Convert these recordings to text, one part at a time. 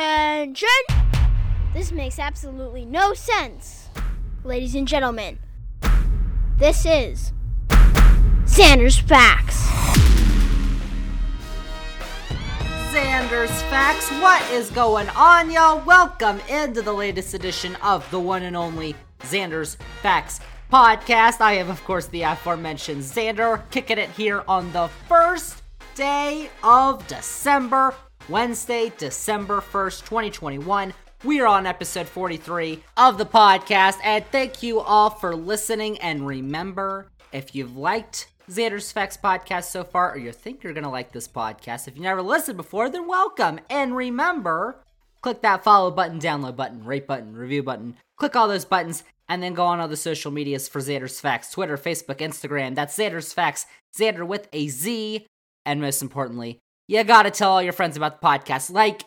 Attention! This makes absolutely no sense. Ladies and gentlemen, this is Sanders Facts. Sanders Facts. What is going on, y'all? Welcome into the latest edition of the one and only Xander's Facts podcast. I am, of course, the aforementioned Xander, kicking it here on the first day of December, Wednesday, December 1st, 2021. We are on episode 43 of the podcast, and thank you all for listening. And remember, if you've liked Xander's Facts podcast so far, or you think you're going to like this podcast. If you never listened before, then welcome. And remember, click that follow button, download button, rate button, review button. Click all those buttons and then go on all the social medias for Xander's Facts Twitter, Facebook, Instagram. That's Xander's Facts, Xander with a Z. And most importantly, you got to tell all your friends about the podcast. Like,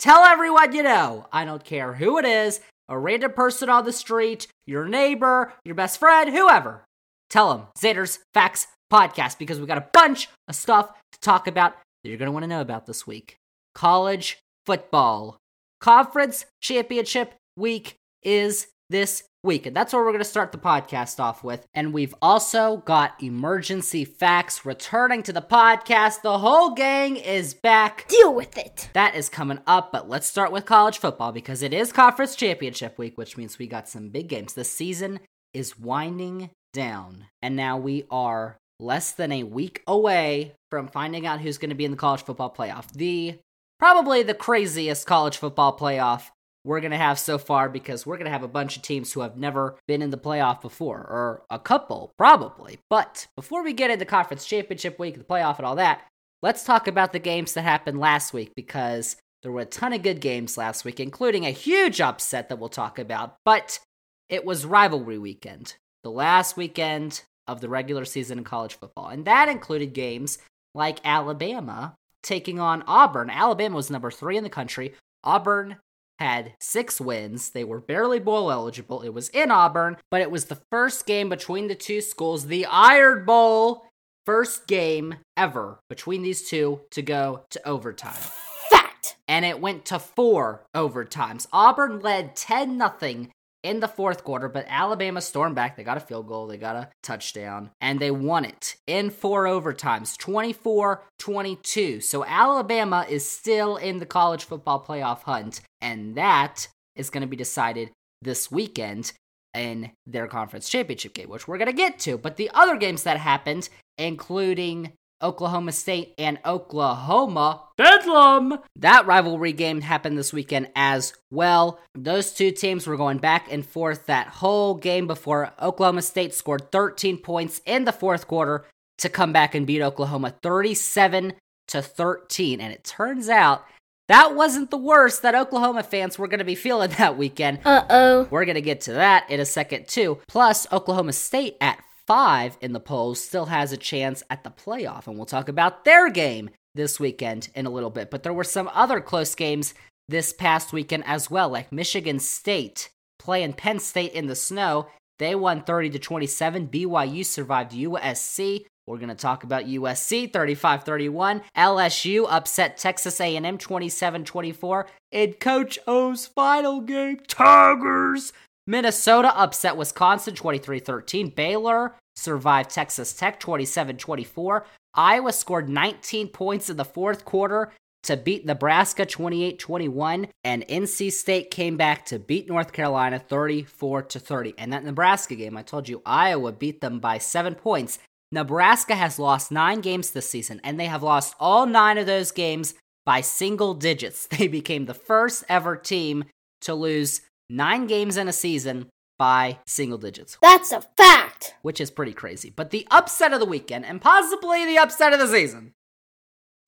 Tell everyone you know. I don't care who it is, a random person on the street, your neighbor, your best friend, whoever. Tell them Xander's Facts Podcast because we got a bunch of stuff to talk about that you're going to want to know about this week. College football conference championship week is this week. And that's where we're going to start the podcast off with. And we've also got emergency facts returning to the podcast. The whole gang is back. Deal with it. That is coming up, but let's start with college football because it is conference championship week, which means we got some big games. The season is winding down, and now we are less than a week away from finding out who's going to be in the college football playoff. The probably the craziest college football playoff we're going to have so far because we're going to have a bunch of teams who have never been in the playoff before, or a couple, probably. But before we get into conference championship week, the playoff, and all that, let's talk about the games that happened last week because there were a ton of good games last week, including a huge upset that we'll talk about. But it was rivalry weekend, the last weekend of the regular season in college football. And that included games like Alabama taking on Auburn. Alabama was number three in the country. Auburn had six wins. They were barely bowl eligible. It was in Auburn, but it was the first game between the two schools, the Iron Bowl. First game ever between these two to go to overtime Fact. and it went to four overtimes. Auburn led 10 0 in the fourth quarter, but Alabama stormed back. They got a field goal, they got a touchdown, and they won it in four overtimes 24 22. So Alabama is still in the college football playoff hunt, and that is going to be decided this weekend in their conference championship game, which we're going to get to. But the other games that happened, including Oklahoma State and Oklahoma Bedlam. That rivalry game happened this weekend as well. Those two teams were going back and forth that whole game before Oklahoma State scored 13 points in the fourth quarter to come back and beat Oklahoma 37 to 13. And it turns out that wasn't the worst that Oklahoma fans were going to be feeling that weekend. Uh oh. We're going to get to that in a second, too. Plus, Oklahoma State at five in the polls still has a chance at the playoff, and we'll talk about their game this weekend in a little bit. But there were some other close games this past weekend as well, like Michigan State playing Penn State in the snow. They won 30 to 27. BYU survived USC. We're going to talk about USC 35-31. LSU upset Texas A&M 27-24 in Coach O's final game. Tigers. Minnesota upset Wisconsin 23-13. Baylor survived Texas Tech 27-24. Iowa scored 19 points in the fourth quarter to beat Nebraska 28-21 and NC State came back to beat North Carolina 34 to 30. And that Nebraska game, I told you Iowa beat them by 7 points. Nebraska has lost 9 games this season and they have lost all 9 of those games by single digits. They became the first ever team to lose 9 games in a season by single digits That's a fact. which is pretty crazy. But the upset of the weekend, and possibly the upset of the season,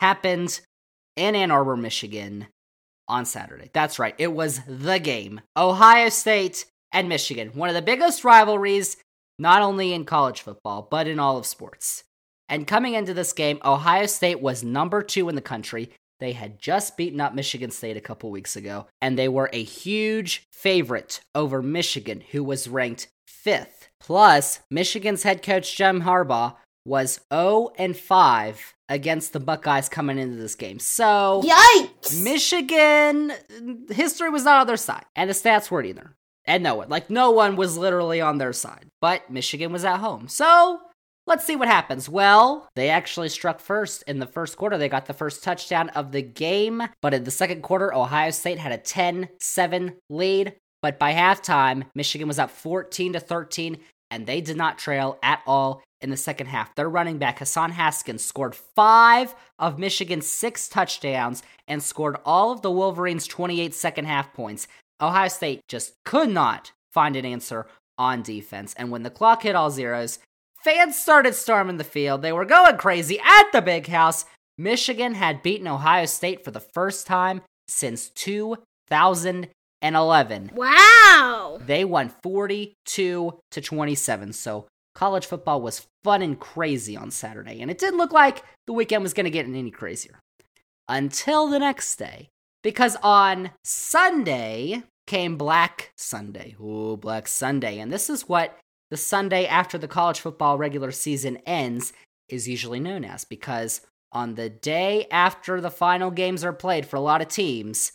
happened in Ann Arbor, Michigan on Saturday. That's right, it was the game Ohio State and Michigan, one of the biggest rivalries, not only in college football, but in all of sports. And coming into this game, Ohio State was number two in the country. They had just beaten up Michigan State a couple weeks ago, and they were a huge favorite over Michigan, who was ranked fifth. Plus, Michigan's head coach Jim Harbaugh was 0 and 5 against the Buckeyes coming into this game. So Yikes! Michigan history was not on their side, and the stats weren't either. And no one, like no one was literally on their side, but Michigan was at home. So let's see what happens. Well, they actually struck first in the first quarter. They got the first touchdown of the game, but in the second quarter, Ohio State had a 10 7 lead. But by halftime, Michigan was up 14 to 13, and they did not trail at all in the second half. Their running back, Hassan Haskins, scored five of Michigan's six touchdowns and scored all of the Wolverines' 28 second half points. Ohio State just could not find an answer on defense. And when the clock hit all zeros, fans started storming the field. They were going crazy at the big house. Michigan had beaten Ohio State for the first time since 2011. Wow! They won 42 to 27. So college football was fun and crazy on Saturday, and it didn't look like the weekend was going to get any crazier until the next day. Because on Sunday came Black Sunday. Ooh, Black Sunday. And this is what the Sunday after the college football regular season ends is usually known as because on the day after the final games are played for a lot of teams,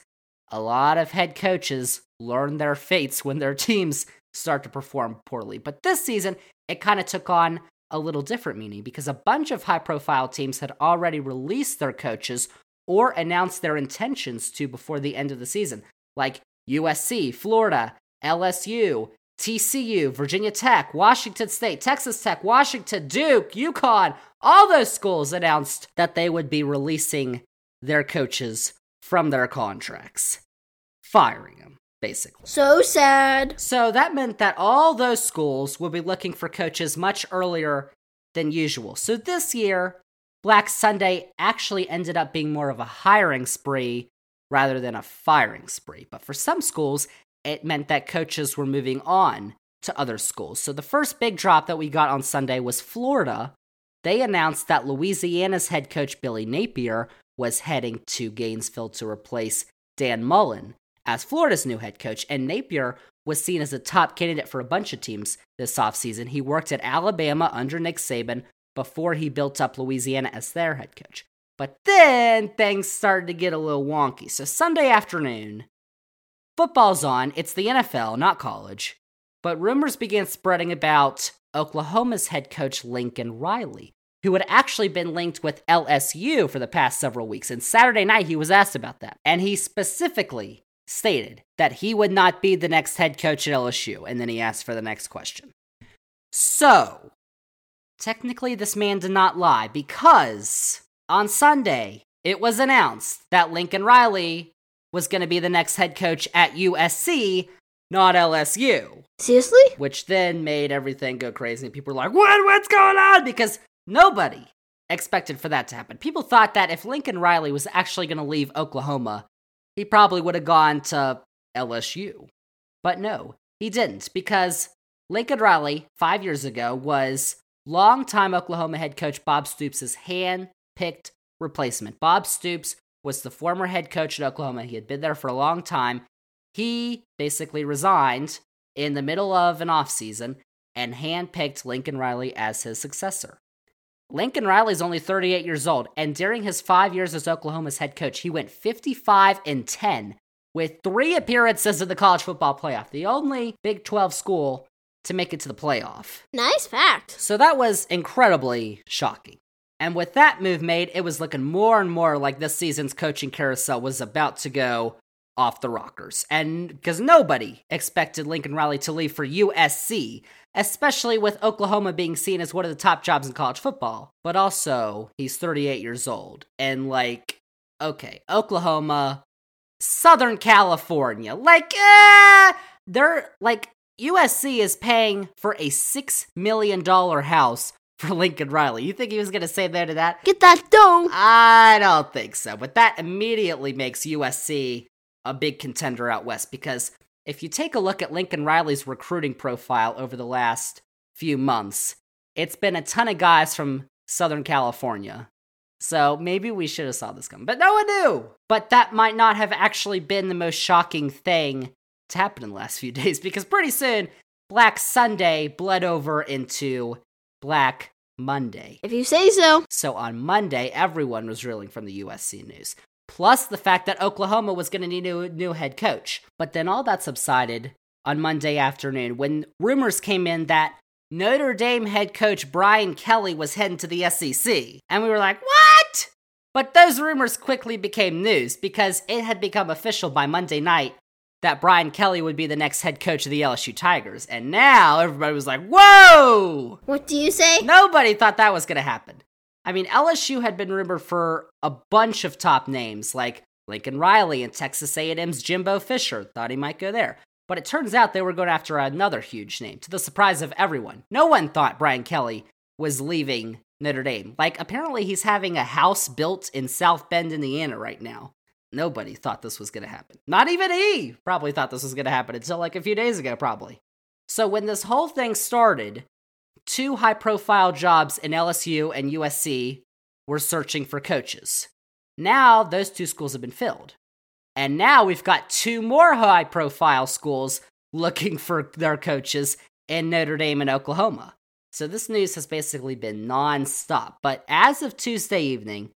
a lot of head coaches learn their fates when their teams start to perform poorly. But this season, it kind of took on a little different meaning because a bunch of high profile teams had already released their coaches or announced their intentions to before the end of the season, like USC, Florida, LSU, TCU, Virginia Tech, Washington State, Texas Tech, Washington, Duke, UConn. All those schools announced that they would be releasing their coaches from their contracts, firing them, basically. So sad. So that meant that all those schools will be looking for coaches much earlier than usual. So this year, Black Sunday actually ended up being more of a hiring spree rather than a firing spree. But for some schools, it meant that coaches were moving on to other schools. So the first big drop that we got on Sunday was Florida. They announced that Louisiana's head coach Billy Napier was heading to Gainesville to replace Dan Mullen as Florida's new head coach, and Napier was seen as a top candidate for a bunch of teams this offseason. He worked at Alabama under Nick Saban before he built up Louisiana as their head coach. But then things started to get a little wonky. So Sunday afternoon, football's on. It's the NFL, not college. But rumors began spreading about Oklahoma's head coach Lincoln Riley, who had actually been linked with LSU for the past several weeks. And Saturday night, he was asked about that. And he specifically stated that he would not be the next head coach at LSU. And then he asked for the next question. So, technically, this man did not lie because on Sunday, it was announced that Lincoln Riley was going to be the next head coach at USC, not LSU Seriously? which then made everything go crazy. And people were like, "What? What's going on?" Because nobody expected for that to happen. People thought that if Lincoln Riley was actually going to leave Oklahoma, he probably would have gone to LSU. But no, he didn't because Lincoln Riley five years ago was longtime Oklahoma head coach Bob Stoops' hand-picked replacement. Bob Stoops was the former head coach at Oklahoma. He had been there for a long time. He basically resigned in the middle of an offseason and handpicked Lincoln Riley as his successor. Lincoln Riley's only 38 years old, and during his five years as Oklahoma's head coach, he went 55 and 10 with three appearances in the college football playoff, the only Big 12 school to make it to the playoff. Nice fact. So that was incredibly shocking. And with that move made, it was looking more and more like this season's coaching carousel was about to go off the rockers. And because nobody expected Lincoln Riley to leave for USC, especially with Oklahoma being seen as one of the top jobs in college football. But also, he's 38 years old. And like, okay, Oklahoma, Southern California, like, eh, they're like, USC is paying for a $6 million house for Lincoln Riley. You think he was going to say no to that? Get that dough. I don't think so. But that immediately makes USC a big contender out west because if you take a look at Lincoln Riley's recruiting profile over the last few months, it's been a ton of guys from Southern California. So maybe we should have saw this coming, but no one knew. But that might not have actually been the most shocking thing to happen in the last few days because pretty soon Black Sunday bled over into Black Monday. If you say so. So on Monday, everyone was reeling from the USC news. Plus the fact that Oklahoma was going to need a new, new head coach. But then all that subsided on Monday afternoon when rumors came in that Notre Dame head coach Brian Kelly was heading to the SEC. And we were like, what? But those rumors quickly became news because it had become official by Monday night that Brian Kelly would be the next head coach of the LSU Tigers. And now everybody was like, whoa! What do you say? Nobody thought that was going to happen. I mean, LSU had been rumored for a bunch of top names like Lincoln Riley and Texas A&M's Jimbo Fisher. Thought he might go there. But it turns out they were going after another huge name, to the surprise of everyone. No one thought Brian Kelly was leaving Notre Dame. Like, apparently, he's having a house built in South Bend, Indiana right now. Nobody thought this was going to happen. Not even he probably thought this was going to happen until like a few days ago, probably. So, when this whole thing started, two high profile jobs in LSU and USC were searching for coaches. Now, those two schools have been filled. And now we've got two more high profile schools looking for their coaches in Notre Dame and Oklahoma. So this news has basically been nonstop. But as of Tuesday evening,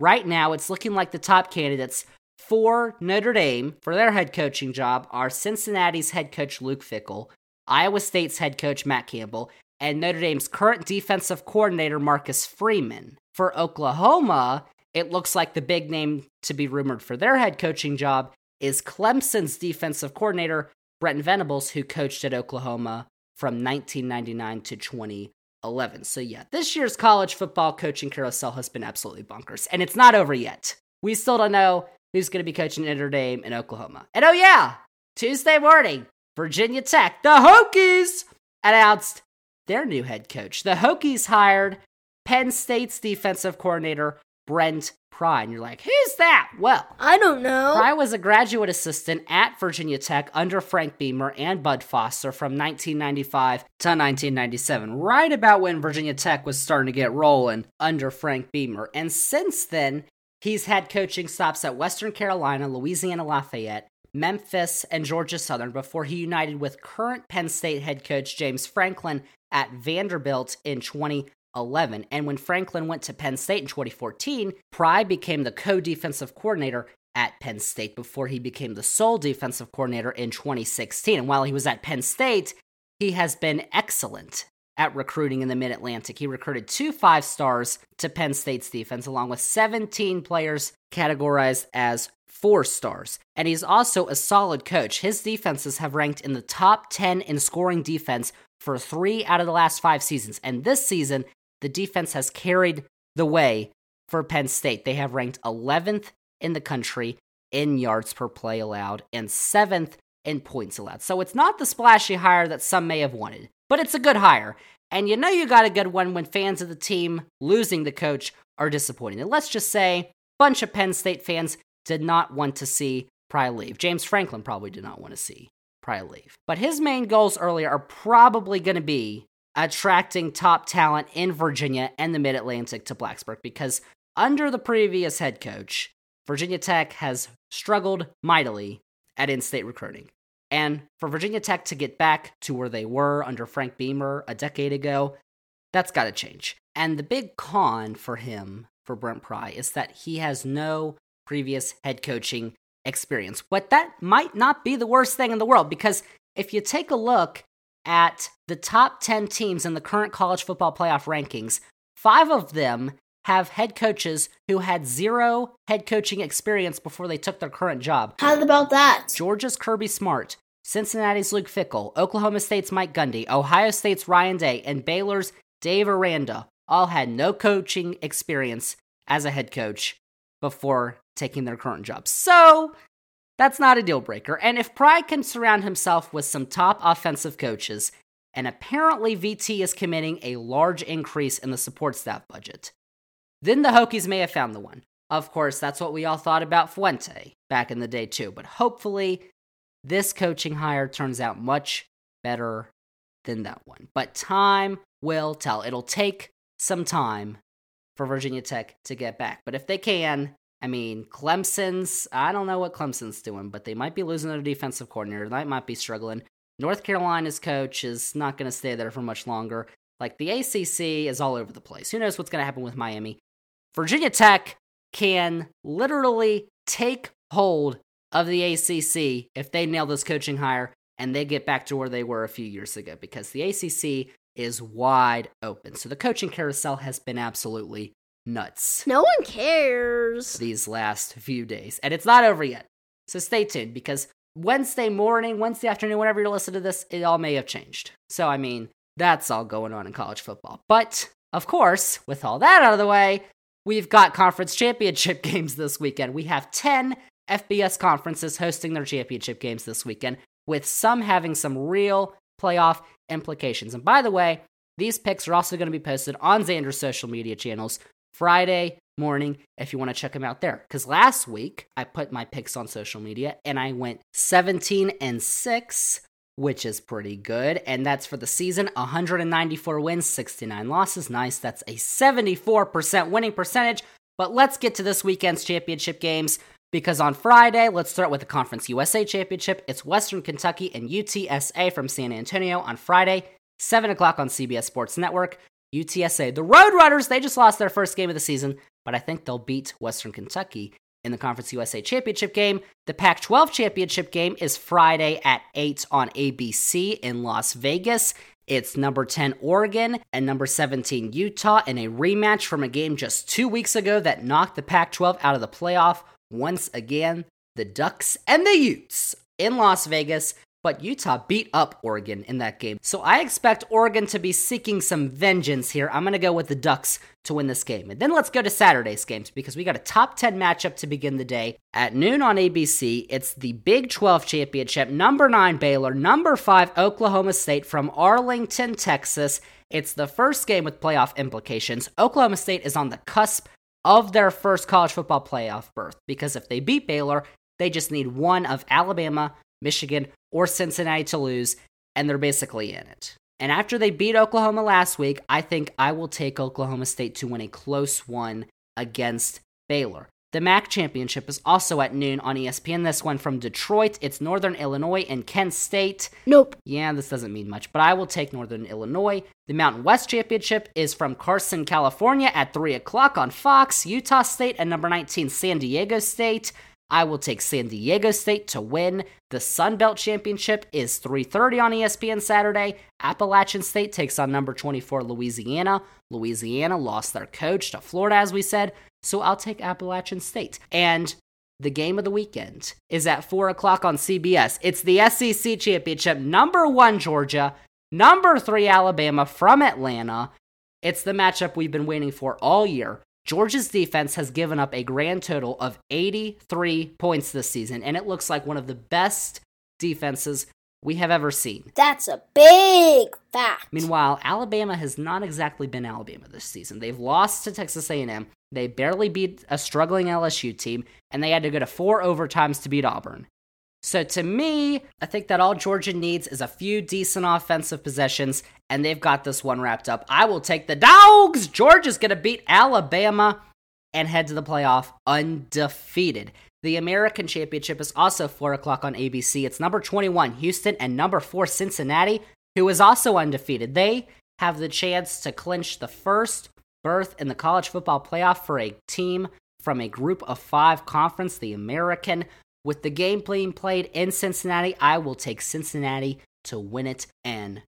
right now it's looking like the top candidates for Notre Dame for their head coaching job are Cincinnati's head coach Luke Fickle, Iowa State's head coach Matt Campbell, and Notre Dame's current defensive coordinator Marcus Freeman. For Oklahoma, it looks like the big name to be rumored for their head coaching job is Clemson's defensive coordinator, Brenton Venables, who coached at Oklahoma from 1999 to 2011. So, yeah, this year's college football coaching carousel has been absolutely bonkers, and it's not over yet. We still don't know who's going to be coaching Notre Dame and Oklahoma. And oh, yeah, Tuesday morning, Virginia Tech, the Hokies, announced their new head coach. The Hokies hired Penn State's defensive coordinator, Brent Pry. And you're like, who's that? Well, I don't know. Pry was a graduate assistant at Virginia Tech under Frank Beamer and Bud Foster from 1995 to 1997, right about when Virginia Tech was starting to get rolling under Frank Beamer. And since then, he's had coaching stops at Western Carolina, Louisiana Lafayette, Memphis, and Georgia Southern before he united with current Penn State head coach James Franklin at Vanderbilt in 2011. And when Franklin went to Penn State in 2014, Pry became the co defensive coordinator at Penn State before he became the sole defensive coordinator in 2016. And while he was at Penn State, he has been excellent at recruiting in the Mid Atlantic. He recruited two five stars to Penn State's defense, along with 17 players categorized as four stars. And he's also a solid coach. His defenses have ranked in the top 10 in scoring defense for three out of the last five seasons. And this season, the defense has carried the way for Penn State. They have ranked 11th in the country in yards per play allowed and 7th in points allowed. So it's not the splashy hire that some may have wanted, but it's a good hire. And you know you got a good one when fans of the team losing the coach are disappointed. And let's just say, bunch of Penn State fans did not want to see Pry leave. James Franklin probably did not want to see Pry leave. But his main goals earlier are probably going to be attracting top talent in Virginia and the Mid Atlantic to Blacksburg because under the previous head coach, Virginia Tech has struggled mightily at in state recruiting. And for Virginia Tech to get back to where they were under Frank Beamer a decade ago, that's got to change. And the big con for him, for Brent Pry, is that he has no previous head coaching experience. But that might not be the worst thing in the world because if you take a look at the top 10 teams in the current college football playoff rankings, five of them have head coaches who had zero head coaching experience before they took their current job. How about that? Georgia's Kirby Smart, Cincinnati's Luke Fickle, Oklahoma State's Mike Gundy, Ohio State's Ryan Day, and Baylor's Dave Aranda all had no coaching experience as a head coach before taking their current job. So that's not a deal breaker. And if Pry can surround himself with some top offensive coaches, and apparently VT is committing a large increase in the support staff budget, then the Hokies may have found the one. Of course, that's what we all thought about Fuente back in the day, too. But hopefully, this coaching hire turns out much better than that one. But time will tell. It'll take some time for Virginia Tech to get back. But if they can, I mean, Clemson's, I don't know what Clemson's doing, but they might be losing their defensive coordinator. They might be struggling. North Carolina's coach is not going to stay there for much longer. Like the ACC is all over the place. Who knows what's going to happen with Miami? Virginia Tech can literally take hold of the ACC if they nail this coaching hire and they get back to where they were a few years ago because the ACC is wide open. So the coaching carousel has been absolutely nuts No one cares. these last few days. And it's not over yet. So stay tuned because Wednesday morning, Wednesday afternoon, whenever you listen to this, it all may have changed. So, I mean, that's all going on in college football. But, of course, with all that out of the way, we've got conference championship games this weekend. We have 10 FBS conferences hosting their championship games this weekend, with some having some real playoff implications. And by the way, these picks are also going to be posted on Xander's social media channels Friday morning if you want to check them out there. Because last week I put my picks on social media and I went 17 and 6, which is pretty good. And that's for the season 194 wins, 69 losses. Nice. That's a 74% winning percentage. But let's get to this weekend's championship games because on Friday, let's start with the Conference USA Championship. It's Western Kentucky and UTSA from San Antonio on Friday, 7 o'clock on CBS Sports Network. UTSA, the Roadrunners, they just lost their first game of the season, but I think they'll beat Western Kentucky in the Conference USA Championship game. The Pac 12 Championship game is Friday at 8 on ABC in Las Vegas. It's number 10 Oregon and number 17 Utah in a rematch from a game just two weeks ago that knocked the Pac 12 out of the playoff. Once again, the Ducks and the Utes in Las Vegas, but Utah beat up Oregon in that game. So I expect Oregon to be seeking some vengeance here. I'm going to go with the Ducks to win this game. And then let's go to Saturday's games because we got a top 10 matchup to begin the day. At noon on ABC, it's the Big 12 Championship, number 9 Baylor, number 5 Oklahoma State from Arlington, Texas. It's the first game with playoff implications. Oklahoma State is on the cusp of their first college football playoff berth because if they beat Baylor, they just need one of Alabama, Michigan, or Cincinnati to lose, and they're basically in it. And after they beat Oklahoma last week, I think I will take Oklahoma State to win a close one against Baylor. The MAC championship is also at noon on E ESPN. This one from Detroit. It's Northern Illinois and Kent State. Nope. Yeah, this doesn't mean much, but I will take Northern Illinois. The Mountain West Championship is from Carson, California at 3 o'clock on Fox, Utah State, and number 19, San Diego State. I will take San Diego State to win. The Sun Belt Championship is 3:30 on E ESPN Saturday. Appalachian State takes on number 24 Louisiana. Louisiana lost their coach to Florida as we said, so I'll take Appalachian State. And the game of the weekend is at 4 o'clock on CBS. It's the SEC Championship, number one Georgia, number three Alabama from Atlanta. It's the matchup we've been waiting for all year. Georgia's defense has given up a grand total of 83 points this season, and it looks like one of the best defenses we have ever seen. That's a big fact. Meanwhile, Alabama has not exactly been Alabama this season. They've lost to Texas A&M. They barely beat a struggling LSU team, and they had to go to four overtimes to beat Auburn. So to me, I think that all Georgia needs is a few decent offensive possessions, and they've got this one wrapped up. I will take the dogs. Georgia's going to beat Alabama and head to the playoff undefeated. The American Championship is also 4 o'clock on ABC. It's number 21, Houston, and number 4, Cincinnati, who is also undefeated. They have the chance to clinch the first berth in the college football playoff for a team from a group of five conference, the American. With the game being played in Cincinnati, I will take Cincinnati to win it and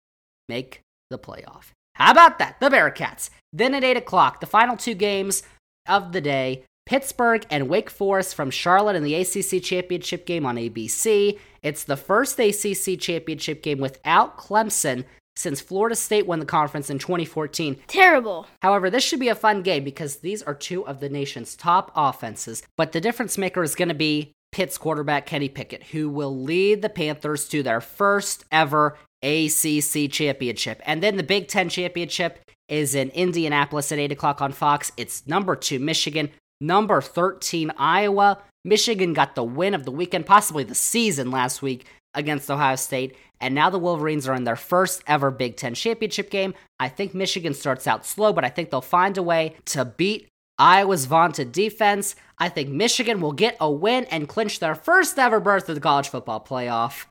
make the playoff. How about that? The Bearcats. Then at 8 o'clock, the final two games of the day Pittsburgh and Wake Forest from Charlotte in the ACC Championship game on ABC. It's the first ACC Championship game without Clemson since Florida State won the conference in 2014. Terrible. However, this should be a fun game because these are two of the nation's top offenses, but the difference maker is going to be Pitt's quarterback Kenny Pickett, who will lead the Panthers to their first ever ACC championship. And then the Big Ten championship is in Indianapolis at 8 o'clock on Fox. It's number two, Michigan, number 13, Iowa. Michigan got the win of the weekend, possibly the season last week against Ohio State. And now the Wolverines are in their first ever Big Ten championship game. I think Michigan starts out slow, but I think they'll find a way to beat Iowa's vaunted defense. I think Michigan will get a win and clinch their first ever berth of the college football playoff.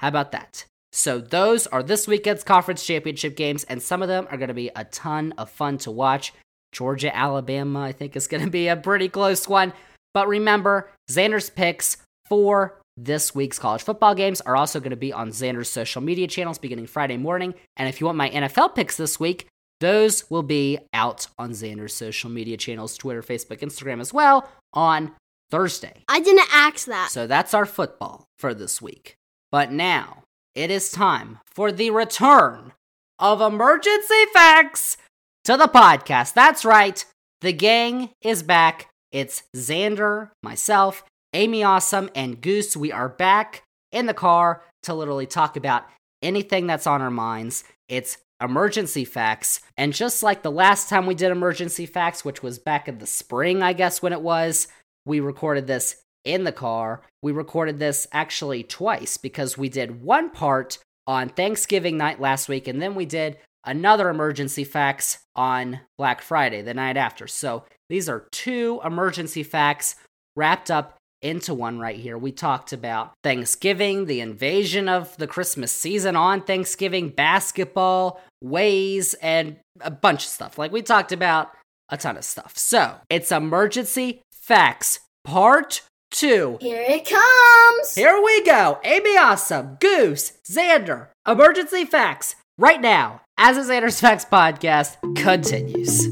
How about that? So those are this weekend's conference championship games, and some of them are going to be a ton of fun to watch. Georgia, Alabama, I think is going to be a pretty close one. But remember, Xander's picks for this week's college football games are also going to be on Xander's social media channels beginning Friday morning. And if you want my NFL picks this week, those will be out on Xander's social media channels Twitter, Facebook, Instagram as well on Thursday. I didn't ask that. So that's our football for this week. But now it is time for the return of Emergency Facts to the podcast. That's right, the gang is back. It's Xander, myself, Amy Awesome, and Goose. We are back in the car to literally talk about anything that's on our minds. It's emergency facts. And just like the last time we did emergency facts, which was back in the spring, I guess, when it was, we recorded this in the car. We recorded this actually twice because we did one part on Thanksgiving night last week, and then we did another emergency facts on Black Friday, the night after. So these are two emergency facts wrapped up into one right here. We talked about Thanksgiving, the invasion of the Christmas season on Thanksgiving, basketball, ways, and a bunch of stuff. Like we talked about a ton of stuff. So it's emergency facts part two. Here it comes. Here we go. Amy Awesome, Goose, Xander, emergency facts right now as the Xander's Facts podcast continues.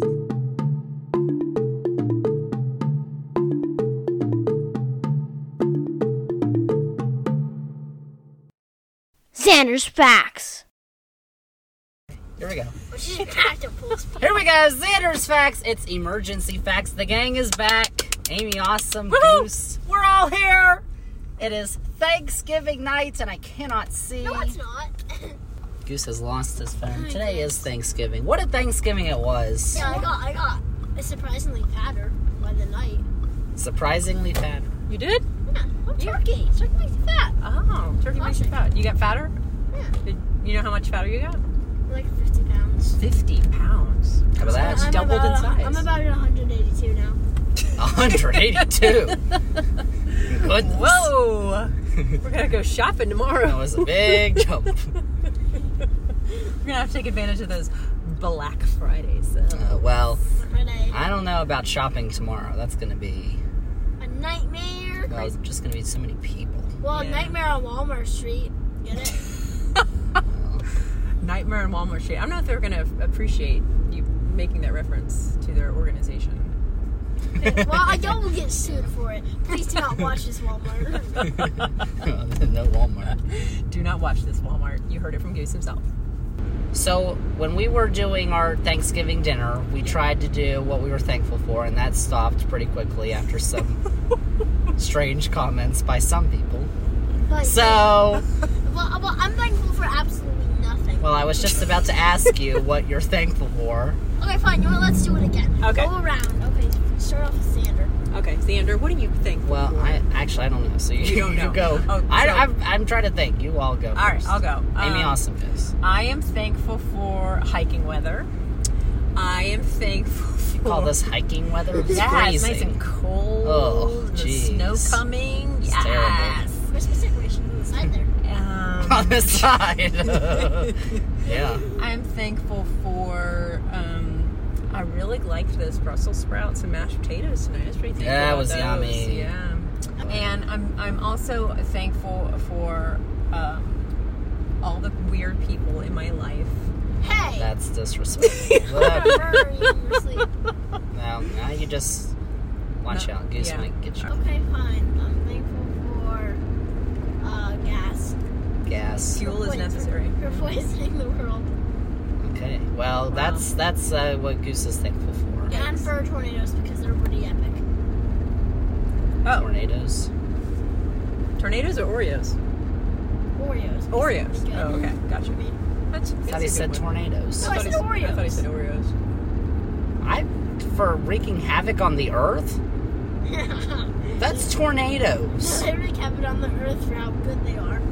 Xander's facts. Here we go. Woo-hoo! Here we go. Xander's Facts. It's emergency facts. The gang is back. Amy Awesome, Goose. We're all here. It is Thanksgiving night and I cannot see. No, it's not. Goose has lost his phone. Today is Thanksgiving. What a Thanksgiving it was. yeah, I got, I got a surprisingly fatter by the night. Surprisingly fat. You did? Yeah, I'm turkey. Turkey makes you fat. Oh, turkey makes you fat. You got fatter? Yeah, Did you know how much fatter you got? like 50 pounds. 50 pounds. How about that? It's I'm doubled in about a- size. I'm about at 182 now. 182. Goodness. Whoa! Oh! We're gonna go shopping tomorrow. That was a big jump. We're gonna have to take advantage of those Black Fridays. though. Uh, well, Friday. I don't know about shopping tomorrow. That's going to be. A nightmare. Well, it's just going to be so many people. Well, a Yeah. nightmare on Walmart Street. Get it? Nightmare on Walmart Street. I don't know if they're gonna appreciate you making that reference to their organization. well, I don't will get sued for it. Please do not watch this Walmart. no Walmart. Do not watch this Walmart. You heard it from Goose himself. So when we were doing our Thanksgiving dinner, we tried to do what we were thankful for, and that stopped pretty quickly after some strange comments by some people. But, So, well, uh, well, I'm thankful for absolutely nothing. well, I was just about to ask you what you're thankful for. okay, fine. You know what? Let's do it again. Okay. Go around. Okay. Start off with Sander. Okay, Xander, what are you thankful Well, for? I actually I don't know. So you, You don't know. go. Oh, I, so- I'm, I'm trying to think. You all go. All right, first. I'll go. Amy Um, Awesome goes. I am thankful for hiking weather. I am thankful for. Call this hiking weather? It's Yeah, it's nice freezing. and cold. Oh, the jeez. snow coming. It's terrible. yes. Christmas decorations on the side there. Um, on the side. yeah. I'm thankful for. Um, I really liked those Brussels sprouts and mashed potatoes tonight. I was pretty thankful. Yeah, it about was those. yummy. Yeah. And I'm I'm also thankful for um, all the weird people in my life. Hey. That's disrespectful. Look, Burr, you were asleep. now, now you just watch No, out. Goose yeah. might get your okay, fine. I'm thankful for uh, gas. gas. Fuel is Wait, necessary. For poisoning the world. Okay. Well, that's that's uh, what Goose is thankful for. And for tornadoes because they're pretty epic. Oh, Tornadoes. tornadoes or Oreos? Oreos. Oreos. Good. Oh, okay, gotcha. That's, I thought that's he a said good one. tornadoes. No, I thought he said s- I thought he Oreos. said Oreos. I for wreaking havoc on the earth. That's tornadoes. I really kept it on the earth for how good they are.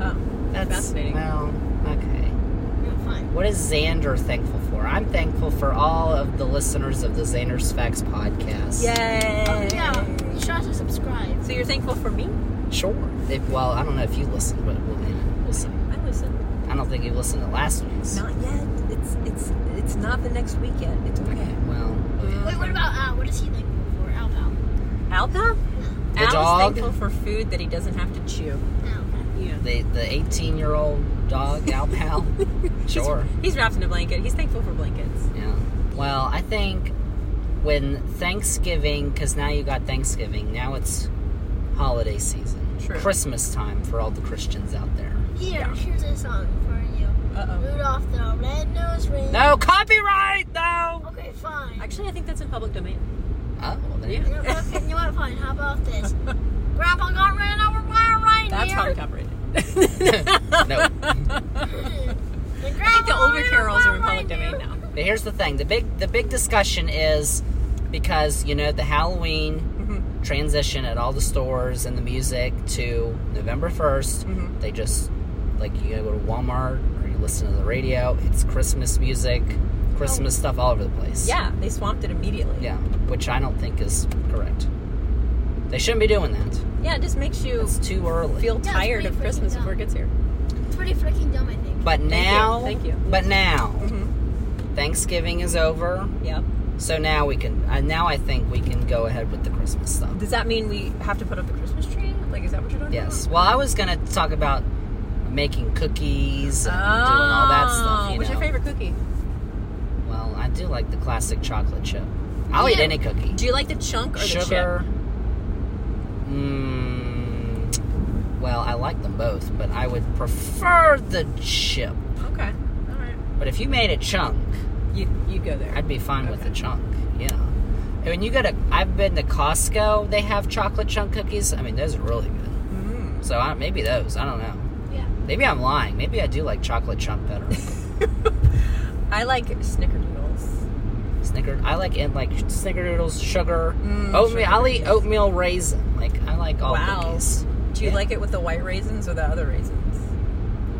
Oh, That's fascinating. Well, okay. No, fine. What is Xander thankful for? I'm thankful for all of the listeners of the Xander's Facts podcast. Yay! Yeah, you should also subscribe. So you're thankful for me? Sure. If, well, I don't know if you listen, but well, yeah. listen. I listen. I don't think you listened to last week's. Not yet. It's it's it's not the next week yet. It's okay. Well, Wait, what about Al? What is he thankful for? Al Pal. Alpa? The Al's dog? thankful for food that he doesn't have to chew. Al. Yeah. the the 18 year old dog Al Pal. sure. He's wrapped in a blanket. He's thankful for blankets. Yeah. Well, I think when Thanksgiving, because now you got Thanksgiving, now it's holiday season. True. Christmas time for all the Christians out there. Here, here's a song for you. Uh oh. Rudolph the Red-Nosed Reindeer. No copyright, Oh. no. Okay, fine. Actually, I think that's in public domain. Oh, well, there you Yeah. go. You know, okay, you know what? Fine. How about this? Grandpa got ran over by a reindeer. That's probably copyrighted. No. I I think the older carols are in public domain now. But here's the thing: the big the big discussion is because you know the Halloween Mm-hmm. transition at all the stores and the music to November 1st Mhm. They just like you go to Walmart or you listen to the radio. It's Christmas music, Christmas stuff all over the place. Oh. Yeah, they swamped it immediately. yeah, which I don't think is correct. They shouldn't be doing that. Yeah, it just makes you It's too early. feel it's tired pretty of freaking Christmas before it gets here. It's pretty freaking dumb, I think. but you, now, thank you. But now, Mm-hmm. Thanksgiving is over. Yep. So now we can. Uh, now I think we can go ahead with the Christmas stuff. Does that mean we have to put up the Christmas tree? Like, is that what you're doing? Yes. Well, I was gonna talk about making cookies and doing all that stuff. You Oh, What's know? your favorite cookie? Well, I do like the classic chocolate chip. I'll eat Yeah. any cookie. Do you like the chunk or the chip? Sugar. Mm, well, I like them both, but I would prefer the chip. Okay. All right. But if you made a chunk, You you go there. I'd be fine with the chunk. Yeah. And when you go to, I've been to Costco. They have chocolate chunk cookies. I mean, those are really good. Mm. So I, maybe those. I don't know. Yeah. Maybe I'm lying. Maybe I do like chocolate chunk better. I like snickerdoodles. Snicker. I like and like snickerdoodles, sugar, Mm, oatmeal. sugar I'll eat oatmeal raisin. Like I like all Wow. cookies. Do you Yeah. like it with the white raisins or the other raisins?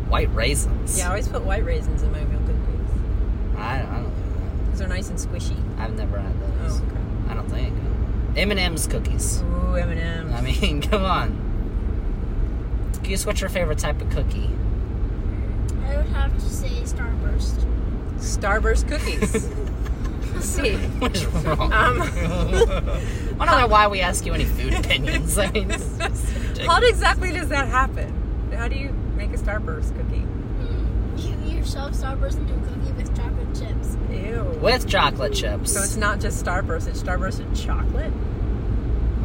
White raisins. Yeah, I always put white raisins in my oatmeal cookies I, I don't. because they're nice and squishy. I've never had those. Oh, okay. I don't think. M and M's cookies. Ooh, M&M's. I mean, come on. Guess what's your favorite type of cookie? I would have to say Starburst. Starburst cookies. See, What is wrong? um, I don't know why we ask you any food opinions. I mean, it's how exactly does that happen? How do you make a Starburst cookie? Hmm. Mm. You you yourself Starburst into a cookie with chocolate chips. Ew. with chocolate chips. So it's not just Starburst; it's Starburst and chocolate.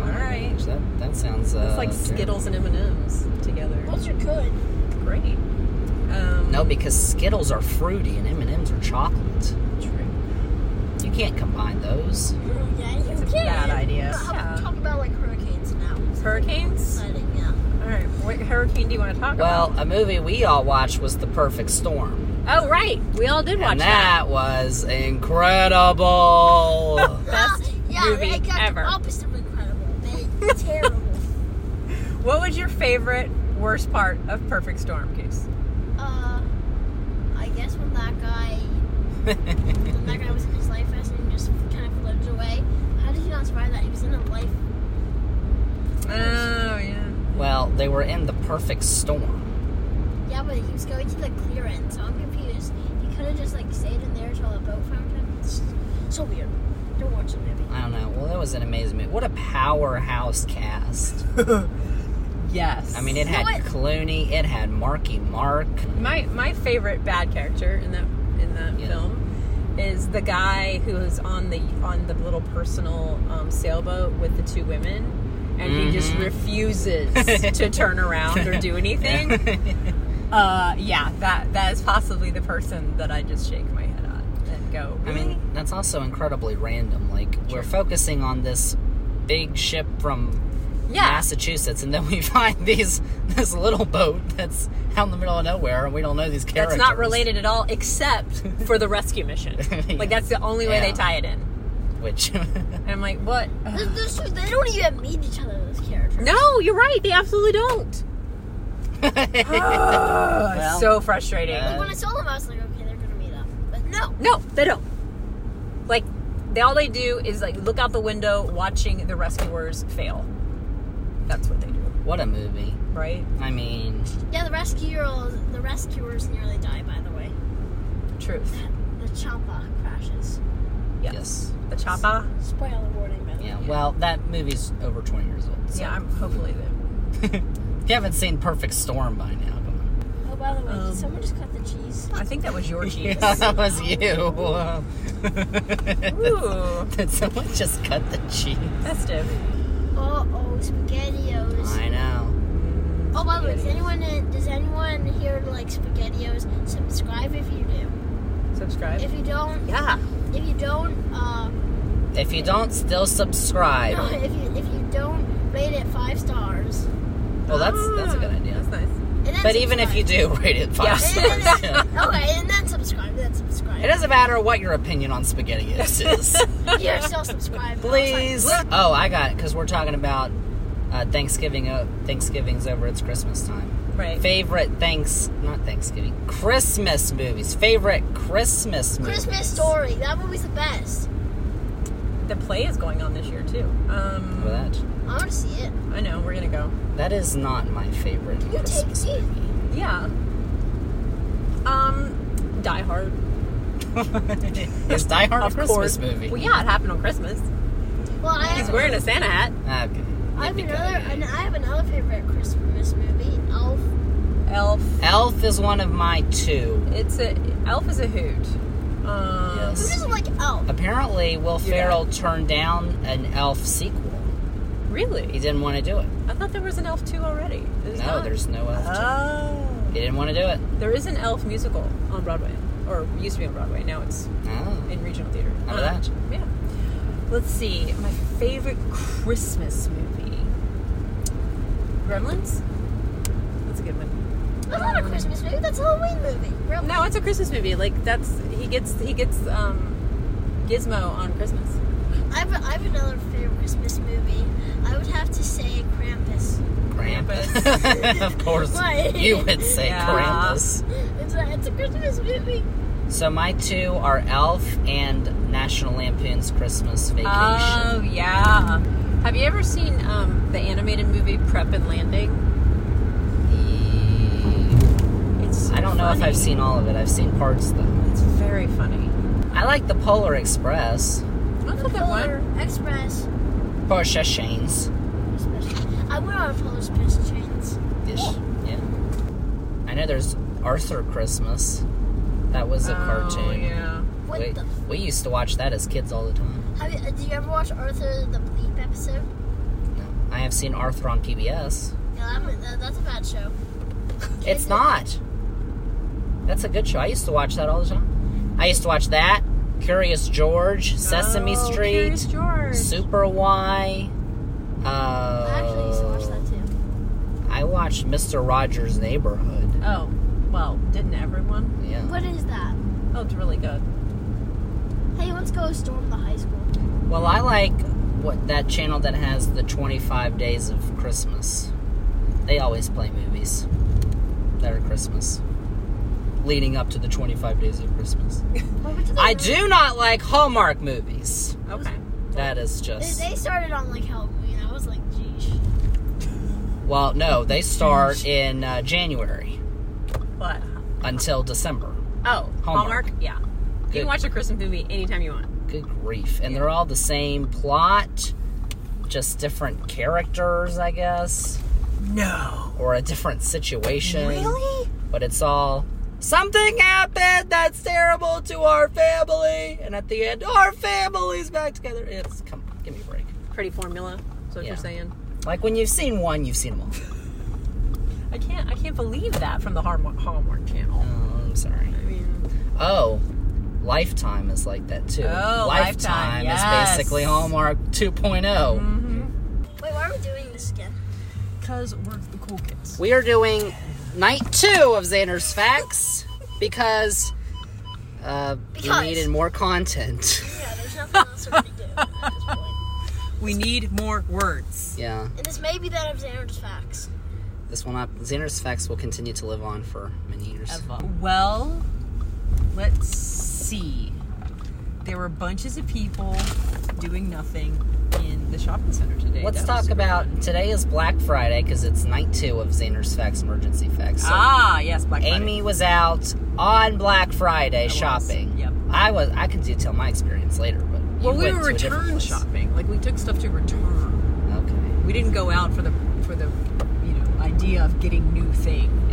Oh my alright. gosh, That, that sounds. Uh, It's like terrible. Skittles and M and M's together. Those are good. Great. Um, No, because Skittles are fruity and M and M's are chocolate. true. You can't combine those. Mm, Yeah, you It's a can. bad idea. How about Yeah. talk about like hurricanes now? Hurricanes. Exciting, yeah. All right. What hurricane do you want to talk Well, a movie we all watched was The Perfect Storm, about? Oh, right. We all did watch and that, was incredible. Best Ah, yeah, movie I got ever. the opposite of incredible. They terrible. What was your favorite worst part of Perfect Storm, Case? Uh, I guess when that guy, when that guy was in his life vest and just kind of floated away. How did he not survive that? He was in a life. Oh yeah. well, they were in the perfect storm. Yeah, but he was going to the clear end, so I'm confused. He could have just like stayed in there until the boat found him. It's just so weird. Don't watch it, maybe. I don't know. Well, that was an amazing movie. What a powerhouse cast. Yes. I mean, it You know had what? Clooney, it had Marky Mark. My my favorite bad character in that in that Yeah. film is the guy who is on the on the little personal um, sailboat with the two women, and he just Mhm. refuses to turn around or do anything. Uh, yeah, that that is possibly the person that I just shake my head at and go. "Mm, I Really? mean, that's also incredibly random. Like, we're focusing on this big ship from yeah, Massachusetts, and then we find these this little boat that's out in the middle of nowhere, and we don't know these that's characters. not related at all, except for the rescue mission. Like that's the only way Yeah. they tie it in. Which And I'm like, what? Those, those two, they don't even meet each other. Those characters. No, you're right. They absolutely don't. Ah, Well, so frustrating. uh, Like when I saw them, I was like, okay, they're gonna meet up, but no. no, they don't. Like, they, all they do is like look out the window, watching the rescuers fail. That's what they do. What a movie. right? I mean, Yeah, the rescuers, the rescuers nearly die. By the way, Truth. the Champa crashes. Yes. yes. The chapa. Spoiler warning, by the Yeah, way. well, that movie's over 20 years old. So. Yeah, I'm hopefully the if you haven't seen Perfect Storm by now, come on. Oh, by the way, Um, did someone just cut the cheese? I think that was your cheese. Yeah, that was you. Ooh. Did someone just cut the cheese? Festive. Uh oh, spaghettios. I know. Oh, by the way, does anyone in- does anyone here like spaghettios? Subscribe if you do. Subscribe. If you don't, Yeah. if you don't, um, If you don't still no, subscribe, if you if you don't rate it five stars, well, that's that's a good Ah, idea. That's nice. and then But even if you subscribe. do rate it Yeah. five And stars, then, okay, and then subscribe. Then subscribe. it doesn't matter what your opinion on spaghetti is. You're still subscribed. Please. Oh, I got it because we're talking about uh, Thanksgiving. Uh, Thanksgiving's over. It's Christmas time. Right. Favorite thanks not Thanksgiving. Christmas movies. Favorite Christmas movies. Christmas Story. That movie's the best. The play is going on this year too. Well, Um, that I want to see it. I know we're gonna go. that is not my favorite You take Christmas it. movie. Yeah. Um, Die Hard. It's Die Hard a of Christmas course. movie. Well, yeah, it happened on Christmas. Well, I He's have, wearing a Santa hat. Ah, Okay. I have Yippee-ki-yay. another. And I have another favorite Christmas movie. Elf. Elf. Elf is one of my two. It's a elf is a hoot. Um, Who Yes. doesn't like Elf? Apparently, Will Yeah. Ferrell turned down an Elf sequel. He Really? didn't want to do it. I thought there was an elf two already. There's no, not. there's no Elf. two. Oh. He didn't want to do it. There is an elf musical on Broadway, or used to be on Broadway. Now it's Oh. in regional theater. Uh, How about that? Yeah. Let's see. My favorite Christmas movie. Gremlins. That's a good one. That's not a Christmas movie. That's a Halloween movie. Real No, it's a Christmas movie. Like that's he gets he gets um, Gizmo on Christmas. I have, I have another favorite Christmas movie. I would have to say Krampus. Krampus. of course. What? You would say Yeah. Krampus. It's a, it's a Christmas movie. So my two are Elf and National Lampoon's Christmas Vacation. Oh yeah. Have you ever seen um, the animated movie Prep and Landing? E- It's so I don't know if funny. I've seen all of it. I've seen parts though. It's very funny. I like the Polar Express. I don't The think I've Polar won. Express. Porsche Shane's. I went on Polar Express trains. Ish. Yeah. I know there's Arthur Christmas. That was a Oh, cartoon. Yeah. What We, the? we used to watch that as kids all the time. Have you, do you ever watch Arthur the Bleep episode? I have seen Arthur on PBS. Yeah, that, that's a bad show. It's not. That's a good show. I used to watch that all the time. I used to watch that, Curious George, Sesame Oh, Street, Curious George. Super Y. Uh, I actually used to watch that too. I watched Mr. Rogers' Neighborhood. Oh, well, didn't everyone? Yeah. What is that? Oh, it's really good. Hey, let's go storm the high school. Well, I like what that channel that has the 25 days of Christmas. They always play movies that are Christmas, leading up to the 25 days of Christmas. What were they- I do not like Hallmark movies. Okay. That is They, just. they started on like Halloween. I was like, geez. Well, no, they start in uh, January What? until December. Oh, Hallmark. Hallmark. Yeah. You Good. can watch a Christmas movie anytime you want. Good grief. And they're all the same plot, just different characters, I guess, No. or a different situation. But it's all something happened that's terrible to our family. And at the end, our family's back together. It's come on, give me a break. Pretty formula. So what Yeah. you're saying? Like when you've seen one, you've seen them all. I can't. I can't believe that from the Hallmark, Hallmark channel. Oh, I'm sorry. I mean, Oh, Lifetime is like that too. Oh, Lifetime, is yes. Mm-hmm. basically Hallmark oh. 2.0. Wait, why are we doing this again? cause we're the cool kids. We are doing night two of Xander's Facts because, uh, Because. we needed more content. Yeah, there's nothing else for me to do at this point. We need more words. Yeah, And this may be that of Xander's facts. this will not. Xander's Facts will continue to live on for many years. Well, let's see. There were bunches of people doing nothing in the shopping center today. Let's That talk was super about fun. today is Black Friday because it's night two of Xander's Facts Emergency Facts. So ah yes, Black Friday. Amy was out on Black Friday I was. shopping. Yep. I was. I can detail my experience later, but you Well, we went were to a different return place. shopping. Like we took stuff to return. Okay. We didn't go out for the for the you know idea of getting new things.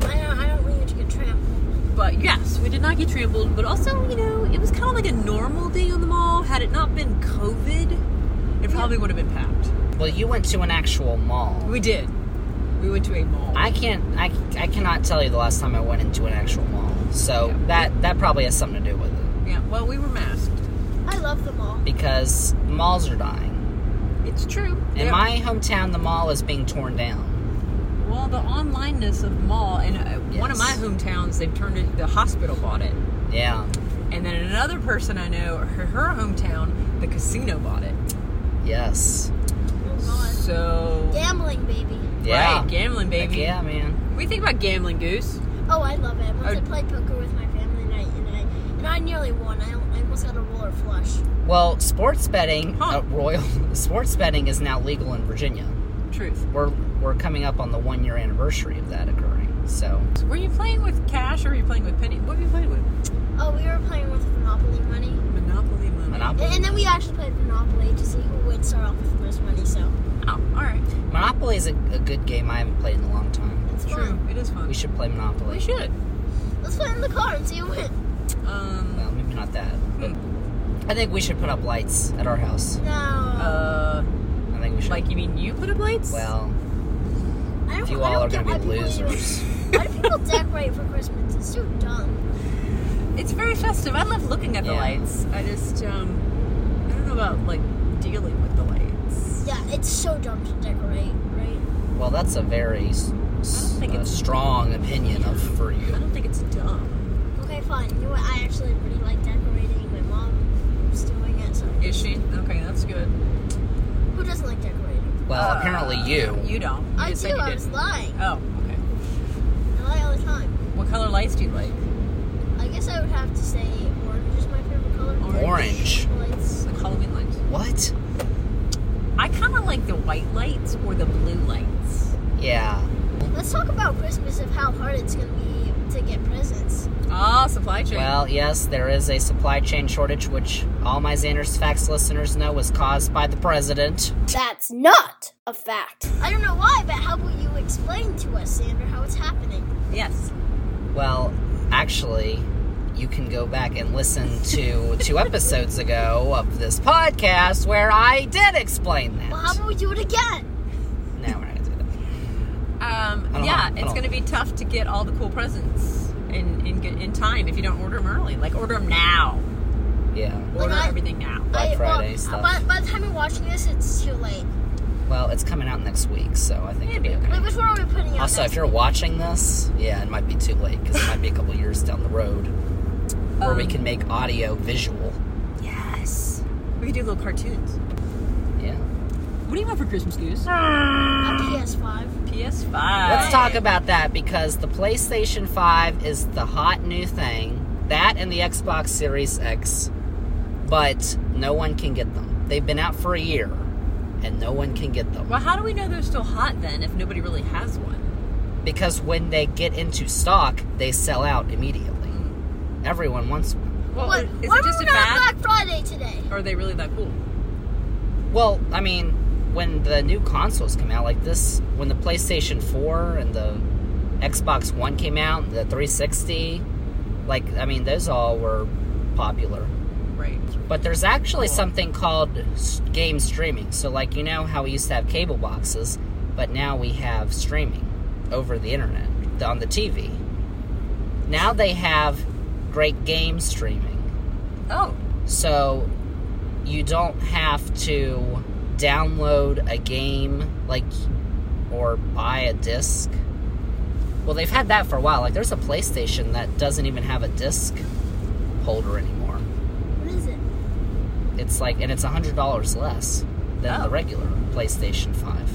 Yeah. I don't, I don't really think you can trample. But yes, we did not get trampled, but also, you know, it was kind of like a normal day on the mall. Had it not been COVID, it probably would have been packed. Well, you went to an actual mall. We did. We went to a mall. I can't. I, I cannot tell you the last time I went into an actual mall. So Yeah. that that probably has something to do with it yeah, well, we were masked. I love them all. because malls are dying. It's true. In my hometown, the mall is being torn down. Well, the onlineness of the mall, and uh, one of my Yes. hometowns, they've turned it, the hospital bought it. Yeah. And then another person I know, her, her hometown, the casino bought it. Yes. Oh god. So. Gambling, baby. Yeah. Right, gambling, Heck baby. yeah, man. We think about gambling, Goose. Oh, I love it. Once Oh. I played poker with my family and I and I, and I nearly won. I, I almost got a roller flush. Well, sports betting, Huh. uh, royal sports betting is now legal in Virginia. Truth. We're we're coming up on the one year anniversary of that occurring. So So were you playing with cash or were you playing with penny? What were you playing with? Oh, we were playing with Monopoly money. Monopoly money. Monopoly. And, and then we actually played Monopoly to see who would start off with the most money, so Oh, all right. Monopoly is a, a good game I haven't played in a long time. it's True. fun. It is fun. We should play Monopoly. We should. Let's play in the car and see who wins. Um. Well, maybe not that. But I think we should put up lights at our house. No. Uh. I think we should. Like you mean you put up lights? well, I don't, if you I all don't are get going to be why people even- losers. Why do people decorate for Christmas? It's so dumb. It's very festive. I love looking at the Yeah. lights. I just um. I don't know about like dealing with the lights. Yeah, it's so dumb to decorate, right? Well, that's a very s- s- I don't think uh, it's- strong opinion of for I you. don't think it's dumb. Okay, fine. You know what? I actually really like decorating. My mom is doing it, so Is she? Okay, that's good. who doesn't like decorating? Well, Uh, apparently you. You don't. You I just do. said you I didn't. was lying. Oh. Okay. I lie all the time. What color lights do you like? I guess I would have to say orange is my favorite color. Orange. Lights. Like Halloween lights. What? I kind of like the white lights or the blue lights. Yeah. Let's talk about Christmas of how hard it's gonna be to get presents. Ah, supply chain. Well, yes, there is a supply chain shortage, which all my Xander's Facts listeners know was caused by the president. That's not a fact. I don't know why, but how will you explain to us, Sandra, how it's happening? yes. Well, actually, you can go back and listen to two episodes ago of this podcast where I did explain that. Well, how about we do it again? No, we're not gonna do that. Um, I don't know. yeah, I it's don't- going to be tough to get all the cool presents in, in good- in time if you don't order them early. Like order them now. Yeah. Like Order I- everything now. Black I, Friday well, stuff. By, by the time you're watching this, it's too late. Well, it's coming out next week, so I think it'll be Maybe. okay. Wait, which one are we putting out? Also, next? if you're watching this, yeah, it might be too late because it might be a couple years down the road where we Um, can make audio visual. Yes. We could do little cartoons. Yeah. What do you want for Christmas, Goose? A PS5. PS5. Let's talk about that because the PlayStation 5 is the hot new thing. That and the Xbox Series X. But no one can get them. They've been out for a year and no one can get them. Well, how do we know they're still hot then if nobody really has one? Because when they get into stock, they sell out immediately. Everyone wants one. Well, What? Oh, is why it just were a we not fad? Black Friday today? Or are they really that cool? Well, I mean, when the new consoles come out, like this, when the PlayStation 4 and the Xbox One came out, the 360, like, I mean, those all were popular. Right. But there's actually something called s- game streaming. So, like, you know how we used to have cable boxes, but now we have streaming over the internet th- on the TV. Now they have great game streaming. Oh. So, you don't have to download a game, like, or buy a disc. Well, they've had that for a while. Like, there's a PlayStation that doesn't even have a disc holder anymore. What is it? It's like, and it's hundred dollars less than Oh. the regular PlayStation Five.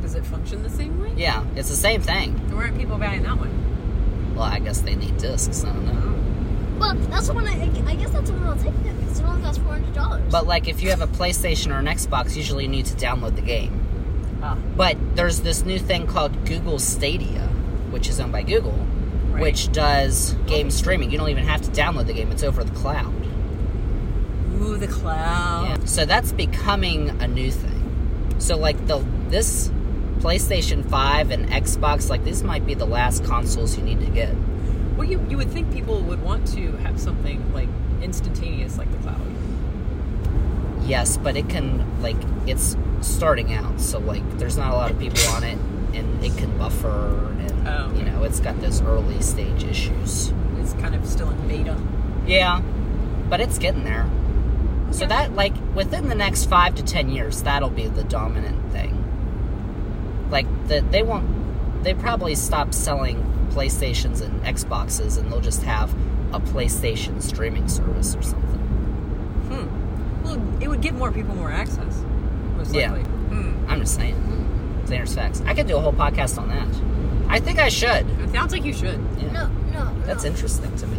Does it function the same way? Yeah, it's the same thing. Where aren't people buying that one? Well, I guess they need discs. I don't know. Oh. Well, that's the one. I, I guess that's the one I'll take now because it only costs four hundred dollars. But like if you have a PlayStation or an Xbox, usually you need to download the game. Ah, But there's this new thing called Google Stadia, which is owned by Google, Right. which does Oh. game streaming. You don't even have to download the game; it's over the cloud. ooh, the Oh. cloud. Yeah. So that's becoming a new thing. So like the this PlayStation 5 and Xbox, like these might be the last consoles you need to get. Well, you, you would think people would want to have something like instantaneous, like the cloud. Yes, but it can like it's starting out, so like there's not a lot of people on it, and it can buffer, and Oh, you okay. know it's got those early stage issues. It's kind of still in beta. Yeah, but it's getting there. So that like within the next five to ten years, that'll be the dominant thing. Like the, they won't, they probably stop selling PlayStations and Xboxes, and they'll just have a PlayStation streaming service or something. Hmm. Well, it would give more people more access, most Yeah. likely. Hmm. I'm just saying, Xander's facts. I could do a whole podcast on that. I think I should. It sounds like you should. Yeah. No, no, no. That's interesting to me.